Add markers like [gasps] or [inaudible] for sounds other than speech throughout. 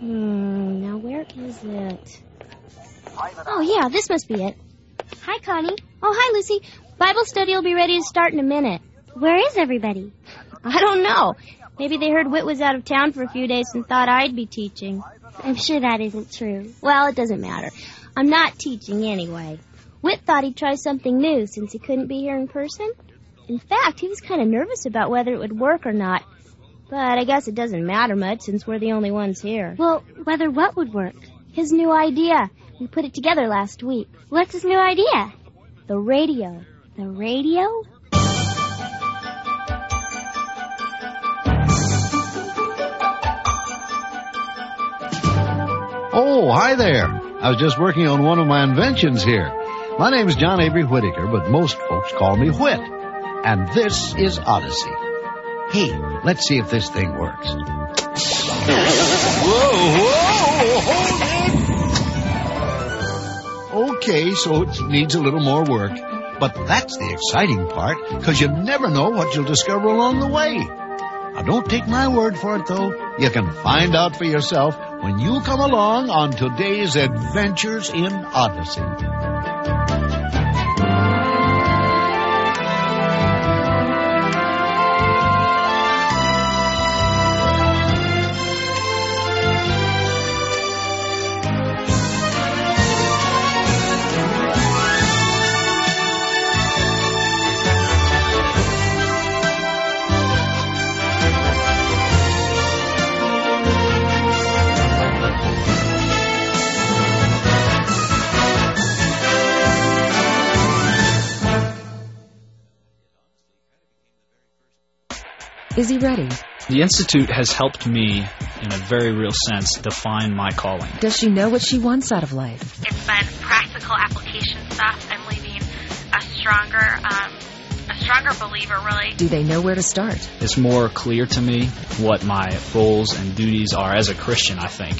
Hmm, now where is it? Oh, yeah, this must be it. Hi, Connie. Oh, hi, Lucy. Bible study will be ready to start in a minute. Where is everybody? I don't know. Maybe they heard Whit was out of town for a few days and thought I'd be teaching. I'm sure that isn't true. Well, it doesn't matter. I'm not teaching anyway. Whit thought he'd try something new since he couldn't be here in person. In fact, he was kind of nervous about whether it would work or not. But I guess it doesn't matter much since we're the only ones here. Well, whether what would work? His new idea. We put it together last week. What's his new idea? The radio. The radio? Oh, hi there. I was just working on one of my inventions here. My name's John Avery Whitaker, but most folks call me Whit. And this is Odyssey. Hey, let's see if this thing works. Whoa, whoa, hold it. Okay, so it needs a little more work. But that's the exciting part, because you never know what you'll discover along the way. Now don't take my word for it though. You can find out for yourself when you come along on today's Adventures in Odyssey. Is he ready? The Institute has helped me, in a very real sense, define my calling. Does she know what she wants out of life? It's been practical application stuff. I'm leaving a stronger, um, a stronger believer, really. Do they know where to start? It's more clear to me what my roles and duties are as a Christian, I think,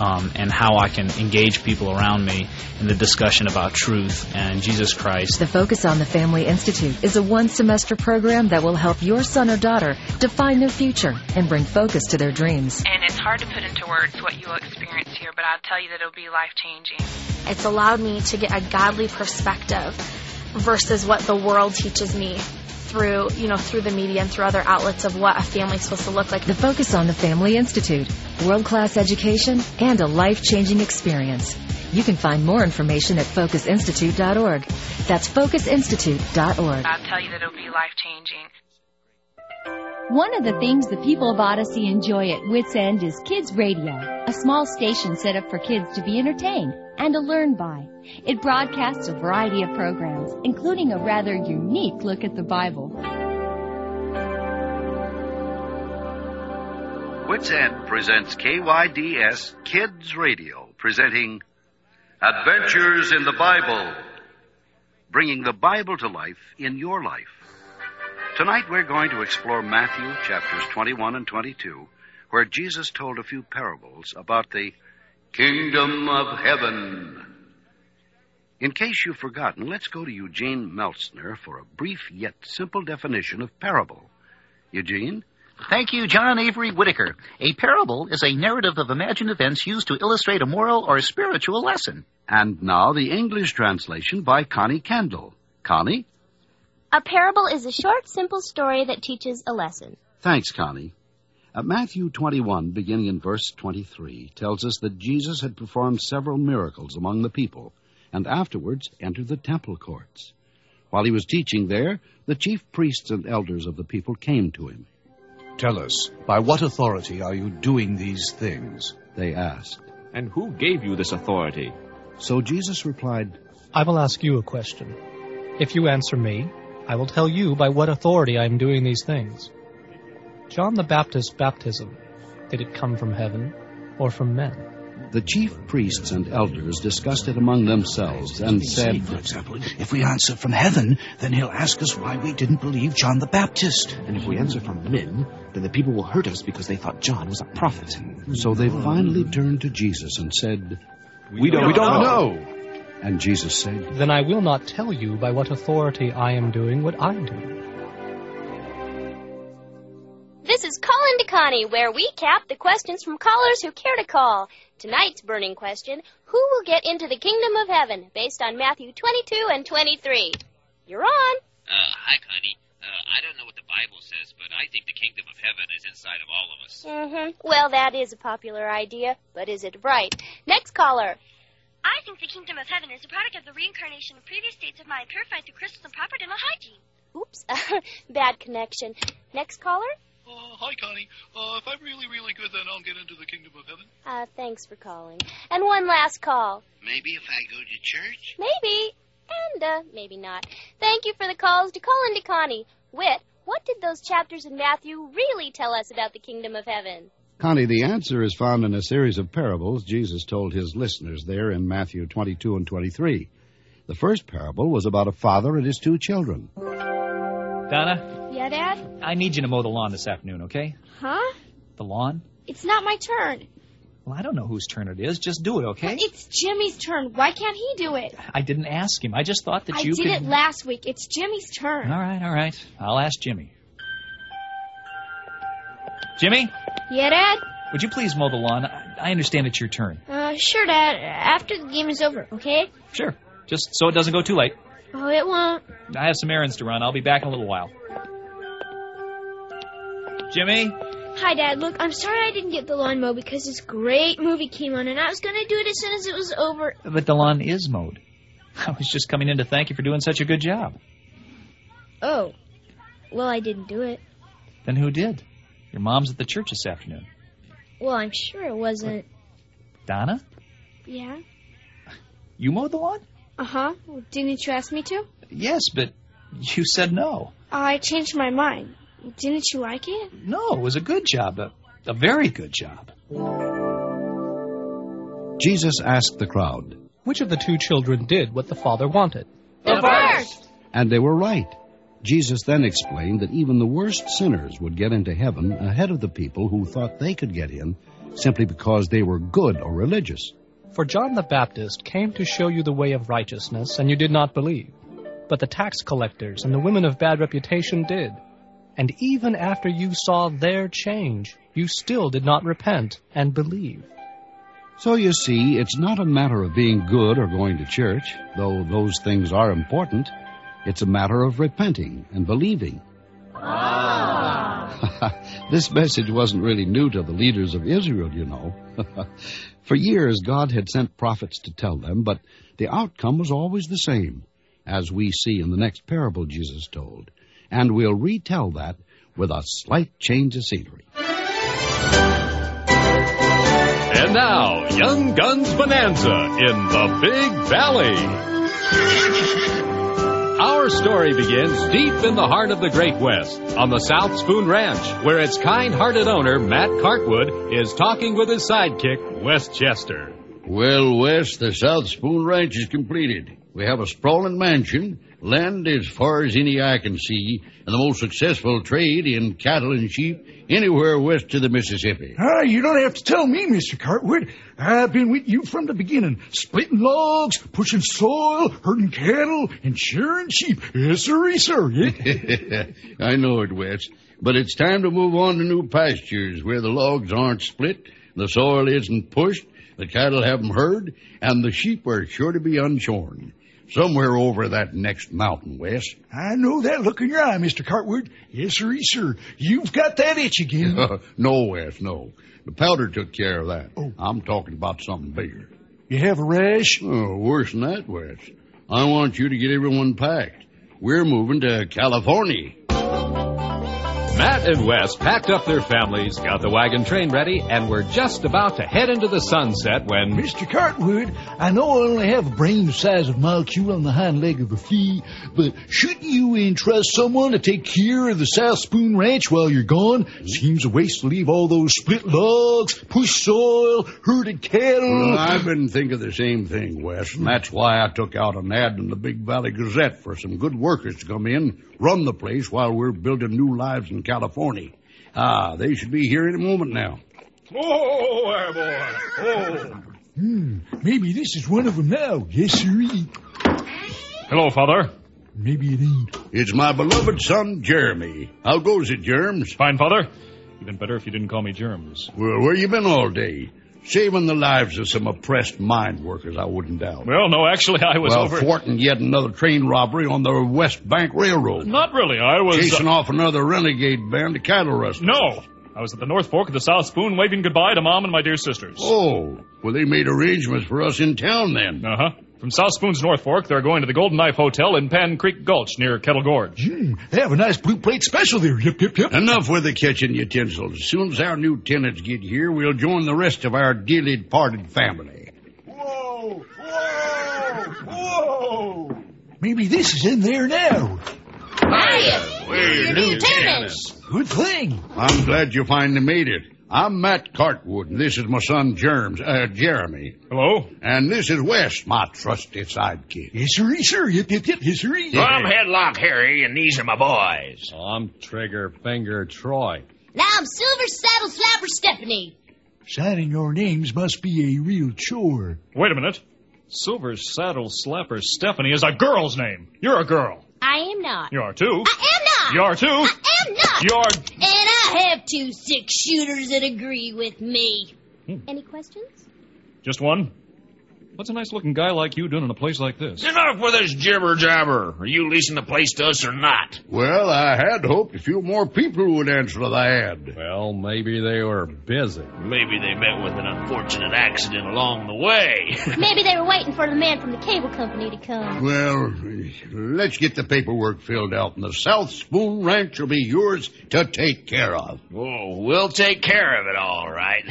um, and how I can engage people around me in the discussion about truth and Jesus Christ. The Focus on the Family Institute is a one semester program that will help your son or daughter define their future and bring focus to their dreams. And it's hard to put into words what you'll experience here, but I'll tell you that it'll be life changing. It's allowed me to get a godly perspective versus what the world teaches me through, you know, through the media and through other outlets of what a family's supposed to look like. The Focus on the Family Institute, world class education, and a life changing experience. You can find more information at focusinstitute.org. That's focusinstitute.org. I'll tell you that it'll be life changing. One of the things the people of Odyssey enjoy at Wits End is Kids Radio, a small station set up for kids to be entertained and to learn by. It broadcasts a variety of programs, including a rather unique look at the Bible. Wits End presents KYDS Kids Radio, presenting Adventures in the Bible, bringing the Bible to life in your life. Tonight we're going to explore Matthew chapters 21 and 22, where Jesus told a few parables about the Kingdom of Heaven. In case you've forgotten, let's go to Eugene Meltzner for a brief yet simple definition of parable. Eugene? Thank you, John Avery Whitaker. A parable is a narrative of imagined events used to illustrate a moral or spiritual lesson. And now the English translation by Connie Kendall. Connie? A parable is a short, simple story that teaches a lesson. Thanks, Connie. Uh, Matthew 21, beginning in verse 23, tells us that Jesus had performed several miracles among the people and afterwards entered the temple courts. While he was teaching there, the chief priests and elders of the people came to him. Tell us, by what authority are you doing these things? They asked. And who gave you this authority? So Jesus replied, I will ask you a question. If you answer me, I will tell you by what authority I am doing these things. John the Baptist's baptism, did it come from heaven or from men? The chief priests and elders discussed it among themselves and said, For example, if we answer from heaven, then he'll ask us why we didn't believe John the Baptist. And if we answer from men, then the people will hurt us because they thought John was a prophet. So they finally turned to Jesus and said, We don't, we don't know. And Jesus said, Then I will not tell you by what authority I am doing what I do. This is Colin Connie, where we cap the questions from callers who care to call. Tonight's burning question Who will get into the kingdom of heaven? based on Matthew 22 and 23. You're on. Uh, hi, Connie. Uh, I don't know what the Bible says, but I think the kingdom of heaven is inside of all of us. Mm-hmm. Well, that is a popular idea, but is it right? Next caller. I think the kingdom of heaven is a product of the reincarnation of previous states of mind purified through crystal and proper dental hygiene. Oops, [laughs] bad connection. Next caller. Uh, hi, Connie. Uh, if I'm really, really good, then I'll get into the kingdom of heaven. Uh, thanks for calling. And one last call. Maybe if I go to church? Maybe. And, uh, maybe not. Thank you for the calls to call into Connie. Wit, what did those chapters in Matthew really tell us about the kingdom of heaven? Connie, the answer is found in a series of parables Jesus told his listeners there in Matthew 22 and 23. The first parable was about a father and his two children. Donna? Yeah, Dad? I need you to mow the lawn this afternoon, okay? Huh? The lawn? It's not my turn. Well, I don't know whose turn it is. Just do it, okay? It's Jimmy's turn. Why can't he do it? I didn't ask him. I just thought that I you did could... it last week. It's Jimmy's turn. All right, all right. I'll ask Jimmy. Jimmy, Yeah, Dad? would you please mow the lawn? I I understand it's your turn. Uh, sure, Dad. After the game is over, okay? Sure. Just so it doesn't go too late. Oh, it won't. I have some errands to run. I'll be back in a little while. Jimmy? Hi, Dad. Look, I'm sorry I didn't get the lawn mowed because this great movie came on, and I was going to do it as soon as it was over. But the lawn is mowed. [laughs] I was just coming in to thank you for doing such a good job. Oh. Well, I didn't do it. Then who did? Your mom's at the church this afternoon. Well, I'm sure it wasn't. Donna? Yeah? You mowed the lawn? Uh huh. didn't you ask me to? Yes, but you said no. I changed my mind. Didn't you like it? No, it was a good job. A, a very good job. Jesus asked the crowd, Which of the two children did what the father wanted? The first! and they were right. Jesus then explained that even the worst sinners would get into heaven ahead of the people who thought they could get in simply because they were good or religious. For John the Baptist came to show you the way of righteousness, and you did not believe. But the tax collectors and the women of bad reputation did. And even after you saw their change, you still did not repent and believe. So you see, it's not a matter of being good or going to church, though those things are important. It's a matter of repenting and believing. Ah! [laughs] this message wasn't really new to the leaders of Israel, you know. [laughs] For years, God had sent prophets to tell them, but the outcome was always the same, as we see in the next parable Jesus told. And we'll retell that with a slight change of scenery. And now, Young Guns Bonanza in the Big Valley. Our story begins deep in the heart of the Great West, on the South Spoon Ranch, where its kind hearted owner, Matt Cartwood, is talking with his sidekick, Wes Chester. Well, Wes, the South Spoon Ranch is completed. We have a sprawling mansion, land as far as any eye can see, and the most successful trade in cattle and sheep anywhere west of the Mississippi. Ah, you don't have to tell me, Mr. Cartwood. I've been with you from the beginning, splitting logs, pushing soil, herding cattle, and shearing sheep. Yes, sir, sir. [laughs] I know it, Wes, but it's time to move on to new pastures where the logs aren't split, the soil isn't pushed, the cattle haven't heard, and the sheep are sure to be unshorn. Somewhere over that next mountain, Wes. I know that look in your eye, Mr. Cartwood. Yes, sir, sir. You've got that itch again. [laughs] no, Wes, no. The powder took care of that. I'm talking about something bigger. Oh. You have a rash? Oh, worse than that, Wes. I want you to get everyone packed. We're moving to California. Matt and Wes packed up their families, got the wagon train ready, and were just about to head into the sunset when. Mr. Cartwood, I know I only have a brain the size of a molecule on the hind leg of a flea, but shouldn't you entrust someone to take care of the South Spoon Ranch while you're gone? Seems a waste to leave all those split logs, pushed soil, herded cattle. Well, I've been thinking the same thing, Wes, and that's why I took out an ad in the Big Valley Gazette for some good workers to come in, run the place while we're building new lives in California. Ah, they should be here any moment now. Oh, boy. Oh. Hmm, maybe this is one of them now. Yes, sirree. Hello, Father. Maybe it ain't. It's my beloved son, Jeremy. How goes it, Germs? Fine, Father. Even better if you didn't call me germs. Well, where you been all day? Saving the lives of some oppressed mine workers, I wouldn't doubt. Well, no, actually, I was well, over. thwarting yet another train robbery on the West Bank Railroad. Not really. I was. uh, Chasing off another renegade band of cattle rustlers. No. I was at the North Fork of the South Spoon waving goodbye to Mom and my dear sisters. Oh, well, they made arrangements for us in town then. Uh huh. From South Spoon's North Fork, they're going to the Golden Knife Hotel in Pan Creek Gulch near Kettle Gorge. Mm, they have a nice blue plate special there. Yep, yep, yep. Enough with the kitchen utensils. As soon as our new tenants get here, we'll join the rest of our dearly departed family. Whoa! Whoa! Whoa! Maybe this is in there now. Hiya! We're your new tenants. Good thing. I'm glad you finally made it. I'm Matt Cartwood, and this is my son Germs, uh, Jeremy. Hello. And this is Wes, my trusty sidekick. Yes, sir, yes, sir. Yep, yep, yep. Yes, sir. Well, I'm Headlock Harry, and these are my boys. I'm Trigger Finger Troy. Now I'm Silver Saddle Slapper Stephanie. Signing your names must be a real chore. Wait a minute. Silver Saddle Slapper Stephanie is a girl's name. You're a girl. I am not. You are too. I am not. You are too. I am not. You are. And I have two six shooters that agree with me. Hmm. Any questions? Just one. What's a nice looking guy like you doing in a place like this? Enough with this jibber jabber. Are you leasing the place to us or not? Well, I had hoped a few more people would answer the ad. Well, maybe they were busy. Maybe they met with an unfortunate accident along the way. Maybe they were waiting for the man from the cable company to come. Well, let's get the paperwork filled out, and the South Spoon Ranch will be yours to take care of. Oh, we'll take care of it all right.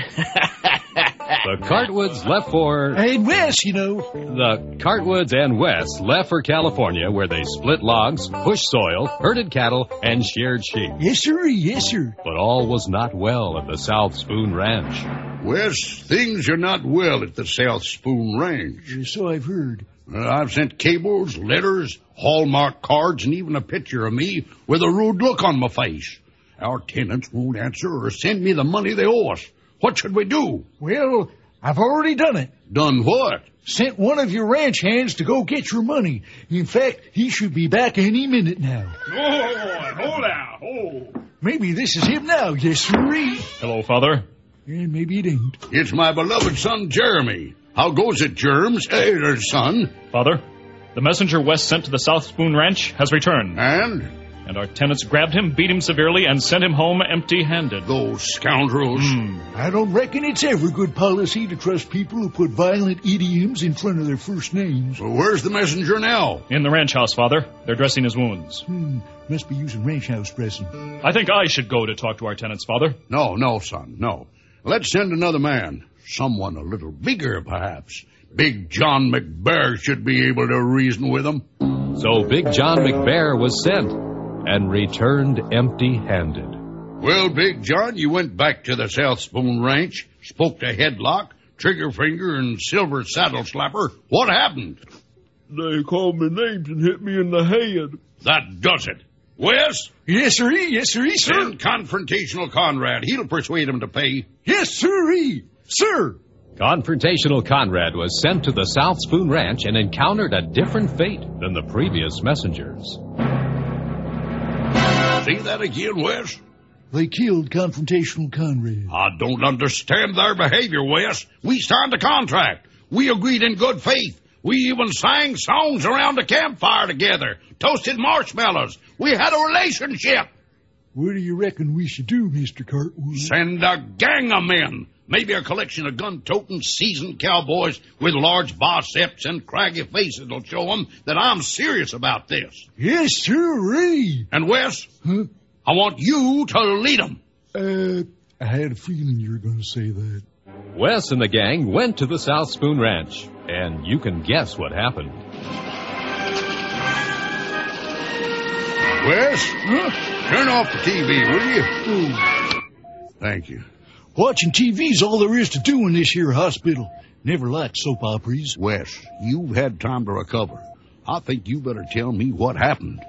[laughs] the Cartwoods left for. Hey, Wes, you know. The Cartwoods and West left for California where they split logs, pushed soil, herded cattle, and sheared sheep. Yes, sir, yes, sir. But all was not well at the South Spoon Ranch. Wes, things are not well at the South Spoon Ranch. So I've heard. Well, I've sent cables, letters, hallmark cards, and even a picture of me with a rude look on my face. Our tenants won't answer or send me the money they owe us. What should we do? Well, I've already done it. Done what? Sent one of your ranch hands to go get your money. In fact, he should be back any minute now. Oh, hold out. Oh. Maybe this is him now, yes, sirree. Hello, Father. And maybe it ain't. It's my beloved son, Jeremy. How goes it, Germs? Hey, there, son. Father, the messenger West sent to the South Spoon Ranch has returned. And? And our tenants grabbed him, beat him severely, and sent him home empty handed. Those scoundrels. Mm. I don't reckon it's ever good policy to trust people who put violent idioms in front of their first names. Well, where's the messenger now? In the ranch house, Father. They're dressing his wounds. Hmm. Must be using ranch house dressing. I think I should go to talk to our tenants, Father. No, no, son, no. Let's send another man. Someone a little bigger, perhaps. Big John McBear should be able to reason with them. So Big John McBear was sent and returned empty handed. Well, Big John, you went back to the South Spoon Ranch, spoke to Headlock, Trigger Finger, and Silver Saddle Slapper. What happened? They called me names and hit me in the head. That does it. Wes? Yes, sir. Yes, sir. Yes, sir. Send confrontational Conrad. He'll persuade him to pay. Yes, sir. Sir. Confrontational Conrad was sent to the South Spoon Ranch and encountered a different fate than the previous messengers. See that again, Wes? They killed Confrontational Conrad. I don't understand their behavior, Wes. We signed a contract. We agreed in good faith. We even sang songs around a campfire together, toasted marshmallows. We had a relationship. What do you reckon we should do, Mr. Cartwood? Send a gang of men. Maybe a collection of gun-toting, seasoned cowboys with large biceps and craggy faces will show 'em that I'm serious about this. Yes, sirree. And Wes, Huh? I want you to lead 'em. Uh, I had a feeling you were going to say that. Wes and the gang went to the South Spoon Ranch, and you can guess what happened. Wes, turn off the TV, will you? Thank you. Watching TV's all there is to do in this here hospital. Never liked soap operas. Wes, you've had time to recover. I think you better tell me what happened.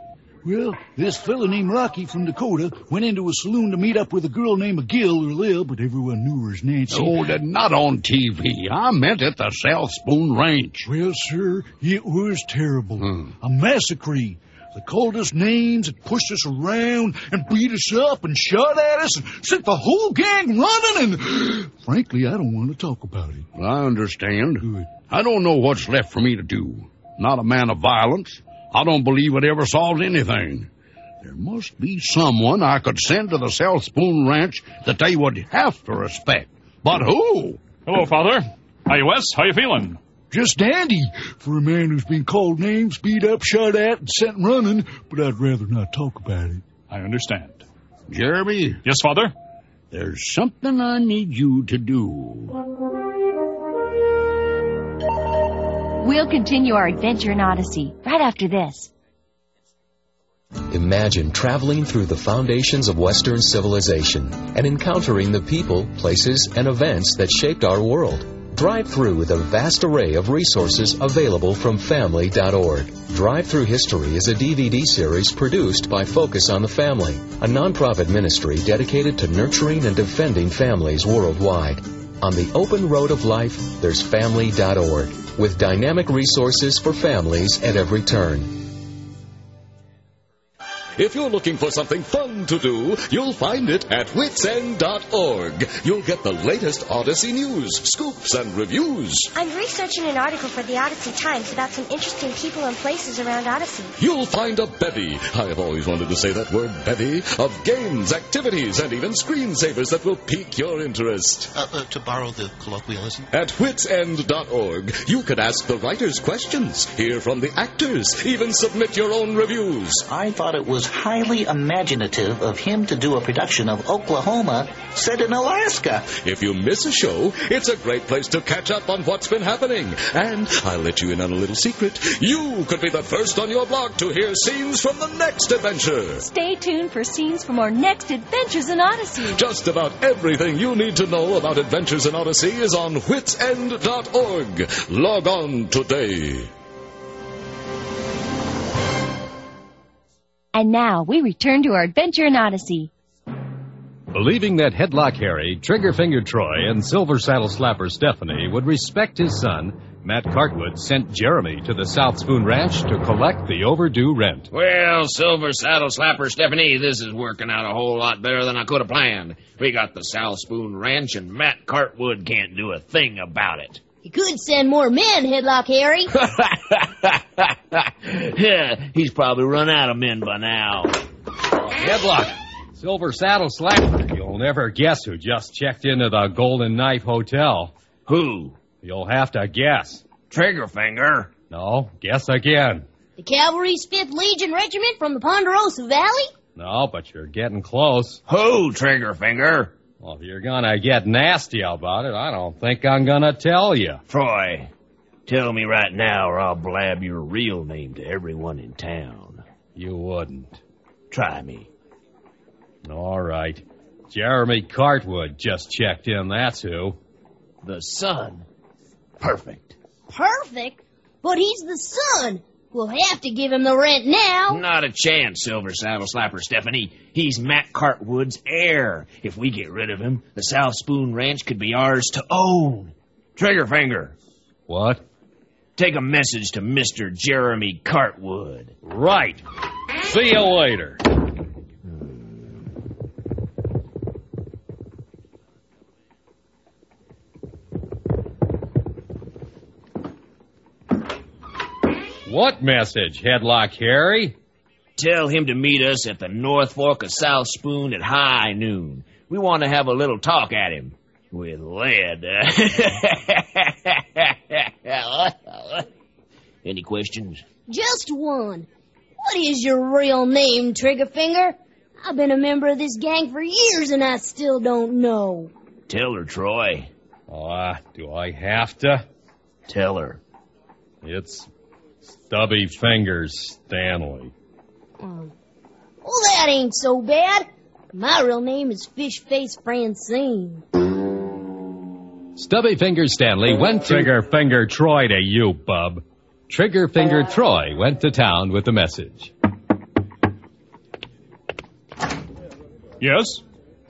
Well, this fella named Rocky from Dakota went into a saloon to meet up with a girl named McGill or Lil, but everyone knew her as Nancy. Oh, that- not on TV. I meant at the South Spoon Ranch. Hmm. Well, sir, it was terrible. A massacre. They called us names and pushed us around and beat us up and shot at us and sent the whole gang running and [gasps] frankly, I don't want to talk about it. Well, I understand. I don't know what's left for me to do. Not a man of violence. I don't believe it ever solves anything. There must be someone I could send to the South Spoon Ranch that they would have to respect. But who? Hello, Father. Hi, Wes. How you feeling? Just dandy for a man who's been called names, beat up, shot at, and sent running, but I'd rather not talk about it. I understand. Jeremy? Yes, Father? There's something I need you to do. We'll continue our adventure in Odyssey right after this. Imagine traveling through the foundations of Western civilization and encountering the people, places, and events that shaped our world. Drive through the vast array of resources available from family.org. Drive Through History is a DVD series produced by Focus on the Family, a nonprofit ministry dedicated to nurturing and defending families worldwide. On the open road of life, there's family.org with dynamic resources for families at every turn. If you're looking for something fun to do, you'll find it at witsend.org. You'll get the latest Odyssey news, scoops, and reviews. I'm researching an article for the Odyssey Times about some interesting people and places around Odyssey. You'll find a bevy, I have always wanted to say that word bevy, of games, activities, and even screensavers that will pique your interest. Uh, uh, to borrow the colloquialism. At witsend.org, you can ask the writers questions, hear from the actors, even submit your own reviews. I thought it was highly imaginative of him to do a production of Oklahoma set in Alaska. If you miss a show, it's a great place to catch up on what's been happening. And I'll let you in on a little secret. You could be the first on your blog to hear scenes from the next adventure. Stay tuned for scenes from our next Adventures in Odyssey. Just about everything you need to know about Adventures in Odyssey is on witsend.org. Log on today. And now we return to our adventure in Odyssey. Believing that Headlock Harry, Trigger Finger Troy, and Silver Saddle Slapper Stephanie would respect his son, Matt Cartwood sent Jeremy to the South Spoon Ranch to collect the overdue rent. Well, Silver Saddle Slapper Stephanie, this is working out a whole lot better than I could have planned. We got the South Spoon Ranch, and Matt Cartwood can't do a thing about it. [laughs] You could send more men, [laughs] Headlock Harry. Yeah, he's probably run out of men by now. Headlock. Silver Saddle Slapper. You'll never guess who just checked into the Golden Knife Hotel. Who? You'll have to guess. Trigger finger. No, guess again. The Cavalry's 5th Legion Regiment from the Ponderosa Valley? No, but you're getting close. Who, Trigger finger? Well, if you're gonna get nasty about it, I don't think I'm gonna tell you. Troy, tell me right now or I'll blab your real name to everyone in town. You wouldn't. Try me. All right. Jeremy Cartwood just checked in, that's who. The sun. Perfect. Perfect, but he's the son. We'll have to give him the rent [laughs] now. Not a chance, Silver Saddle Slapper Stephanie. He's Matt Cartwood's heir. If we get rid of him, the South Spoon Ranch could be ours to own. Trigger finger. What? Take a message to Mr. Jeremy Cartwood. Right. See you later. What message, Headlock Harry? Tell him to meet us at the North Fork of South Spoon at high noon. We want to have a little talk at him. With lead. uh, [laughs] Any questions? Just one. What is your real name, Triggerfinger? I've been a member of this gang for years and I still don't know. Tell her, Troy. Ah, do I have to? Tell her. It's Stubby Fingers Stanley. Oh. Well, that ain't so bad. My real name is Fish Face Francine. Stubby Fingers Stanley went to Trigger Finger Troy to you, bub. Trigger Finger Troy went to town with the message. Yes?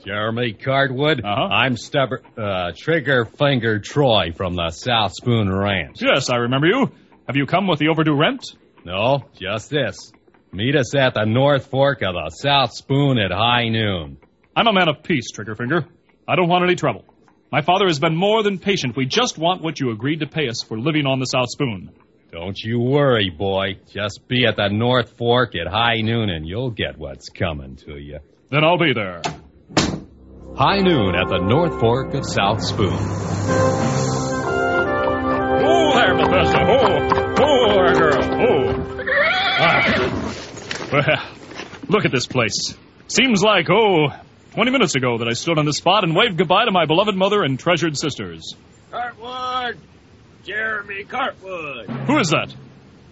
Jeremy Cardwood, Uh-huh. I'm Stubber, uh, Trigger Finger Troy from the South Spoon Ranch. Yes, I remember you. Have you come with the overdue rent? No, just this. Meet us at the North Fork of the South Spoon at high noon. I'm a man of peace, Triggerfinger. I don't want any trouble. My father has been more than patient. We just want what you agreed to pay us for living on the South Spoon. Don't you worry, boy. Just be at the North Fork at high noon and you'll get what's coming to you. Then I'll be there. High noon at the North Fork of South Spoon. Oh, there, Bethesda. Oh, oh, there, girl. Oh. Ah. Well, look at this place. Seems like, oh, 20 minutes ago that I stood on this spot and waved goodbye to my beloved mother and treasured sisters. Cartwood! Jeremy Cartwood! Who is that?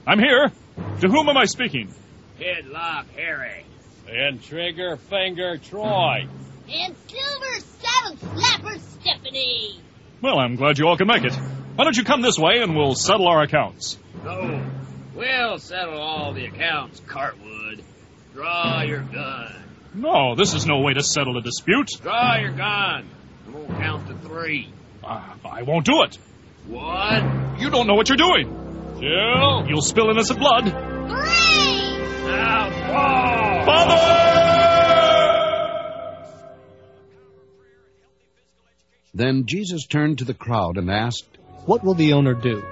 I'm here. To whom am I speaking? Headlock Harry. And Trigger Finger Troy. And Silver Saddle Slapper Stephanie. Well, I'm glad you all can make it. Why don't you come this way and we'll settle our accounts? No. Oh, We'll settle all the accounts, Cartwood. Draw your gun. No, this is no way to settle a dispute. Draw your gun. And we'll count to three. Ah, I won't do it. One. You don't know what you're doing. Two. You'll spill innocent blood. Now draw. Then Jesus turned to the crowd and asked, What will the owner do?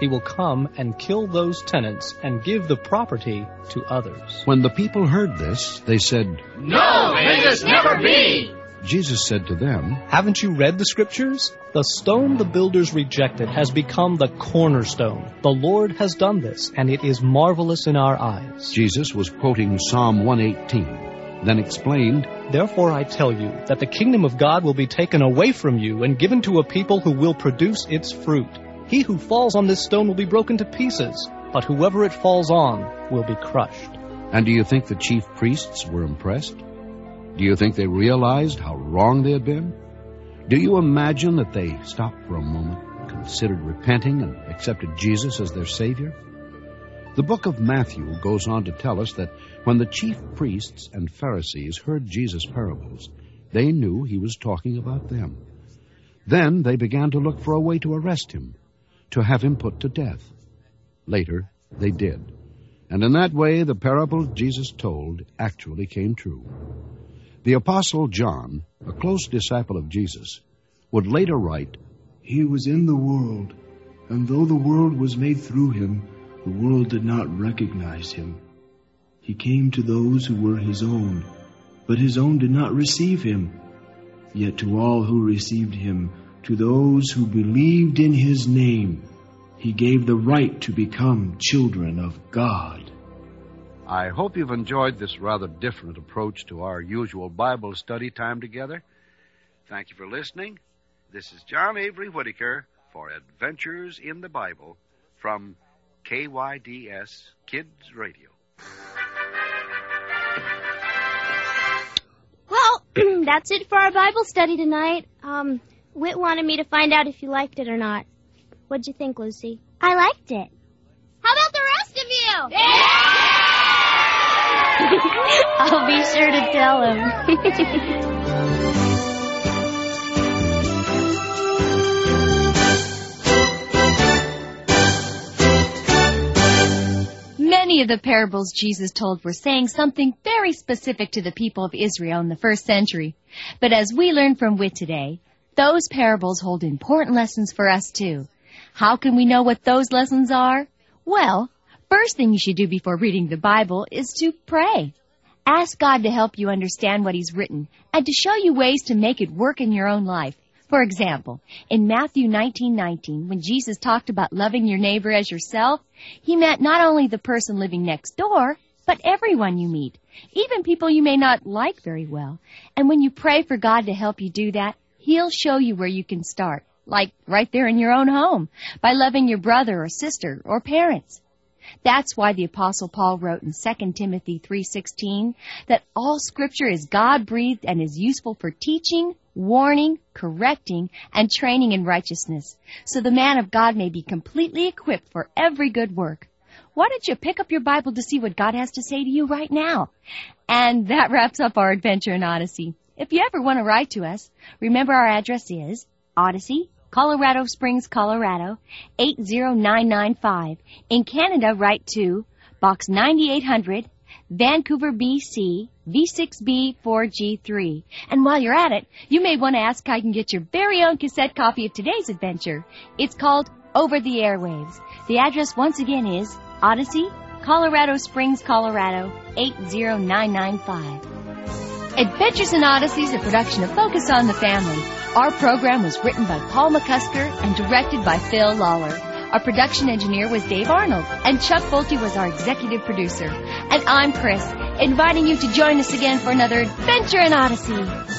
He will come and kill those tenants and give the property to others. When the people heard this, they said, No, may this never be! Jesus said to them, Haven't you read the scriptures? The stone the builders rejected has become the cornerstone. The Lord has done this, and it is marvelous in our eyes. Jesus was quoting Psalm 118, then explained, Therefore I tell you that the kingdom of God will be taken away from you and given to a people who will produce its fruit. He who falls on this stone will be broken to pieces, but whoever it falls on will be crushed. And do you think the chief priests were impressed? Do you think they realized how wrong they had been? Do you imagine that they stopped for a moment, considered repenting, and accepted Jesus as their Savior? The book of Matthew goes on to tell us that when the chief priests and Pharisees heard Jesus' parables, they knew he was talking about them. Then they began to look for a way to arrest him, to have him put to death. Later, they did. And in that way, the parable Jesus told actually came true. The Apostle John, a close disciple of Jesus, would later write He was in the world, and though the world was made through him, the world did not recognize him. He came to those who were his own, but his own did not receive him. Yet to all who received him, to those who believed in his name, he gave the right to become children of God. I hope you've enjoyed this rather different approach to our usual Bible study time together. Thank you for listening. This is John Avery Whitaker for Adventures in the Bible from KYDS Kids Radio. Well, [clears throat] that's it for our Bible study tonight. Um, Whit wanted me to find out if you liked it or not. What'd you think, Lucy? I liked it. How about the rest of you? [laughs] [laughs] I'll be sure to tell him. [laughs] Many of the parables Jesus told were saying something very specific to the people of Israel in the first century. But as we learn from Wit today, those parables hold important lessons for us too. How can we know what those lessons are? Well, first thing you should do before reading the Bible is to pray. Ask God to help you understand what He's written and to show you ways to make it work in your own life. For example, in Matthew 19:19, when Jesus talked about loving your neighbor as yourself, he meant not only the person living next door, but everyone you meet, even people you may not like very well. And when you pray for God to help you do that, he'll show you where you can start, like right there in your own home, by loving your brother or sister or parents. That's why the apostle Paul wrote in 2 Timothy 3:16 that all scripture is God-breathed and is useful for teaching, warning, correcting, and training in righteousness, so the man of God may be completely equipped for every good work. Why don't you pick up your Bible to see what God has to say to you right now? And that wraps up our adventure in Odyssey. If you ever want to write to us, remember our address is Odyssey, Colorado Springs, Colorado 80995. In Canada, write to Box 9800, Vancouver, BC, V6B4G3. And while you're at it, you may want to ask how you can get your very own cassette copy of today's adventure. It's called Over the Airwaves. The address once again is Odyssey, Colorado Springs, Colorado 80995. Adventures in Odyssey is a production of Focus on the Family. Our program was written by Paul McCusker and directed by Phil Lawler. Our production engineer was Dave Arnold, and Chuck Bolte was our executive producer. And I'm Chris, inviting you to join us again for another Adventure in Odyssey.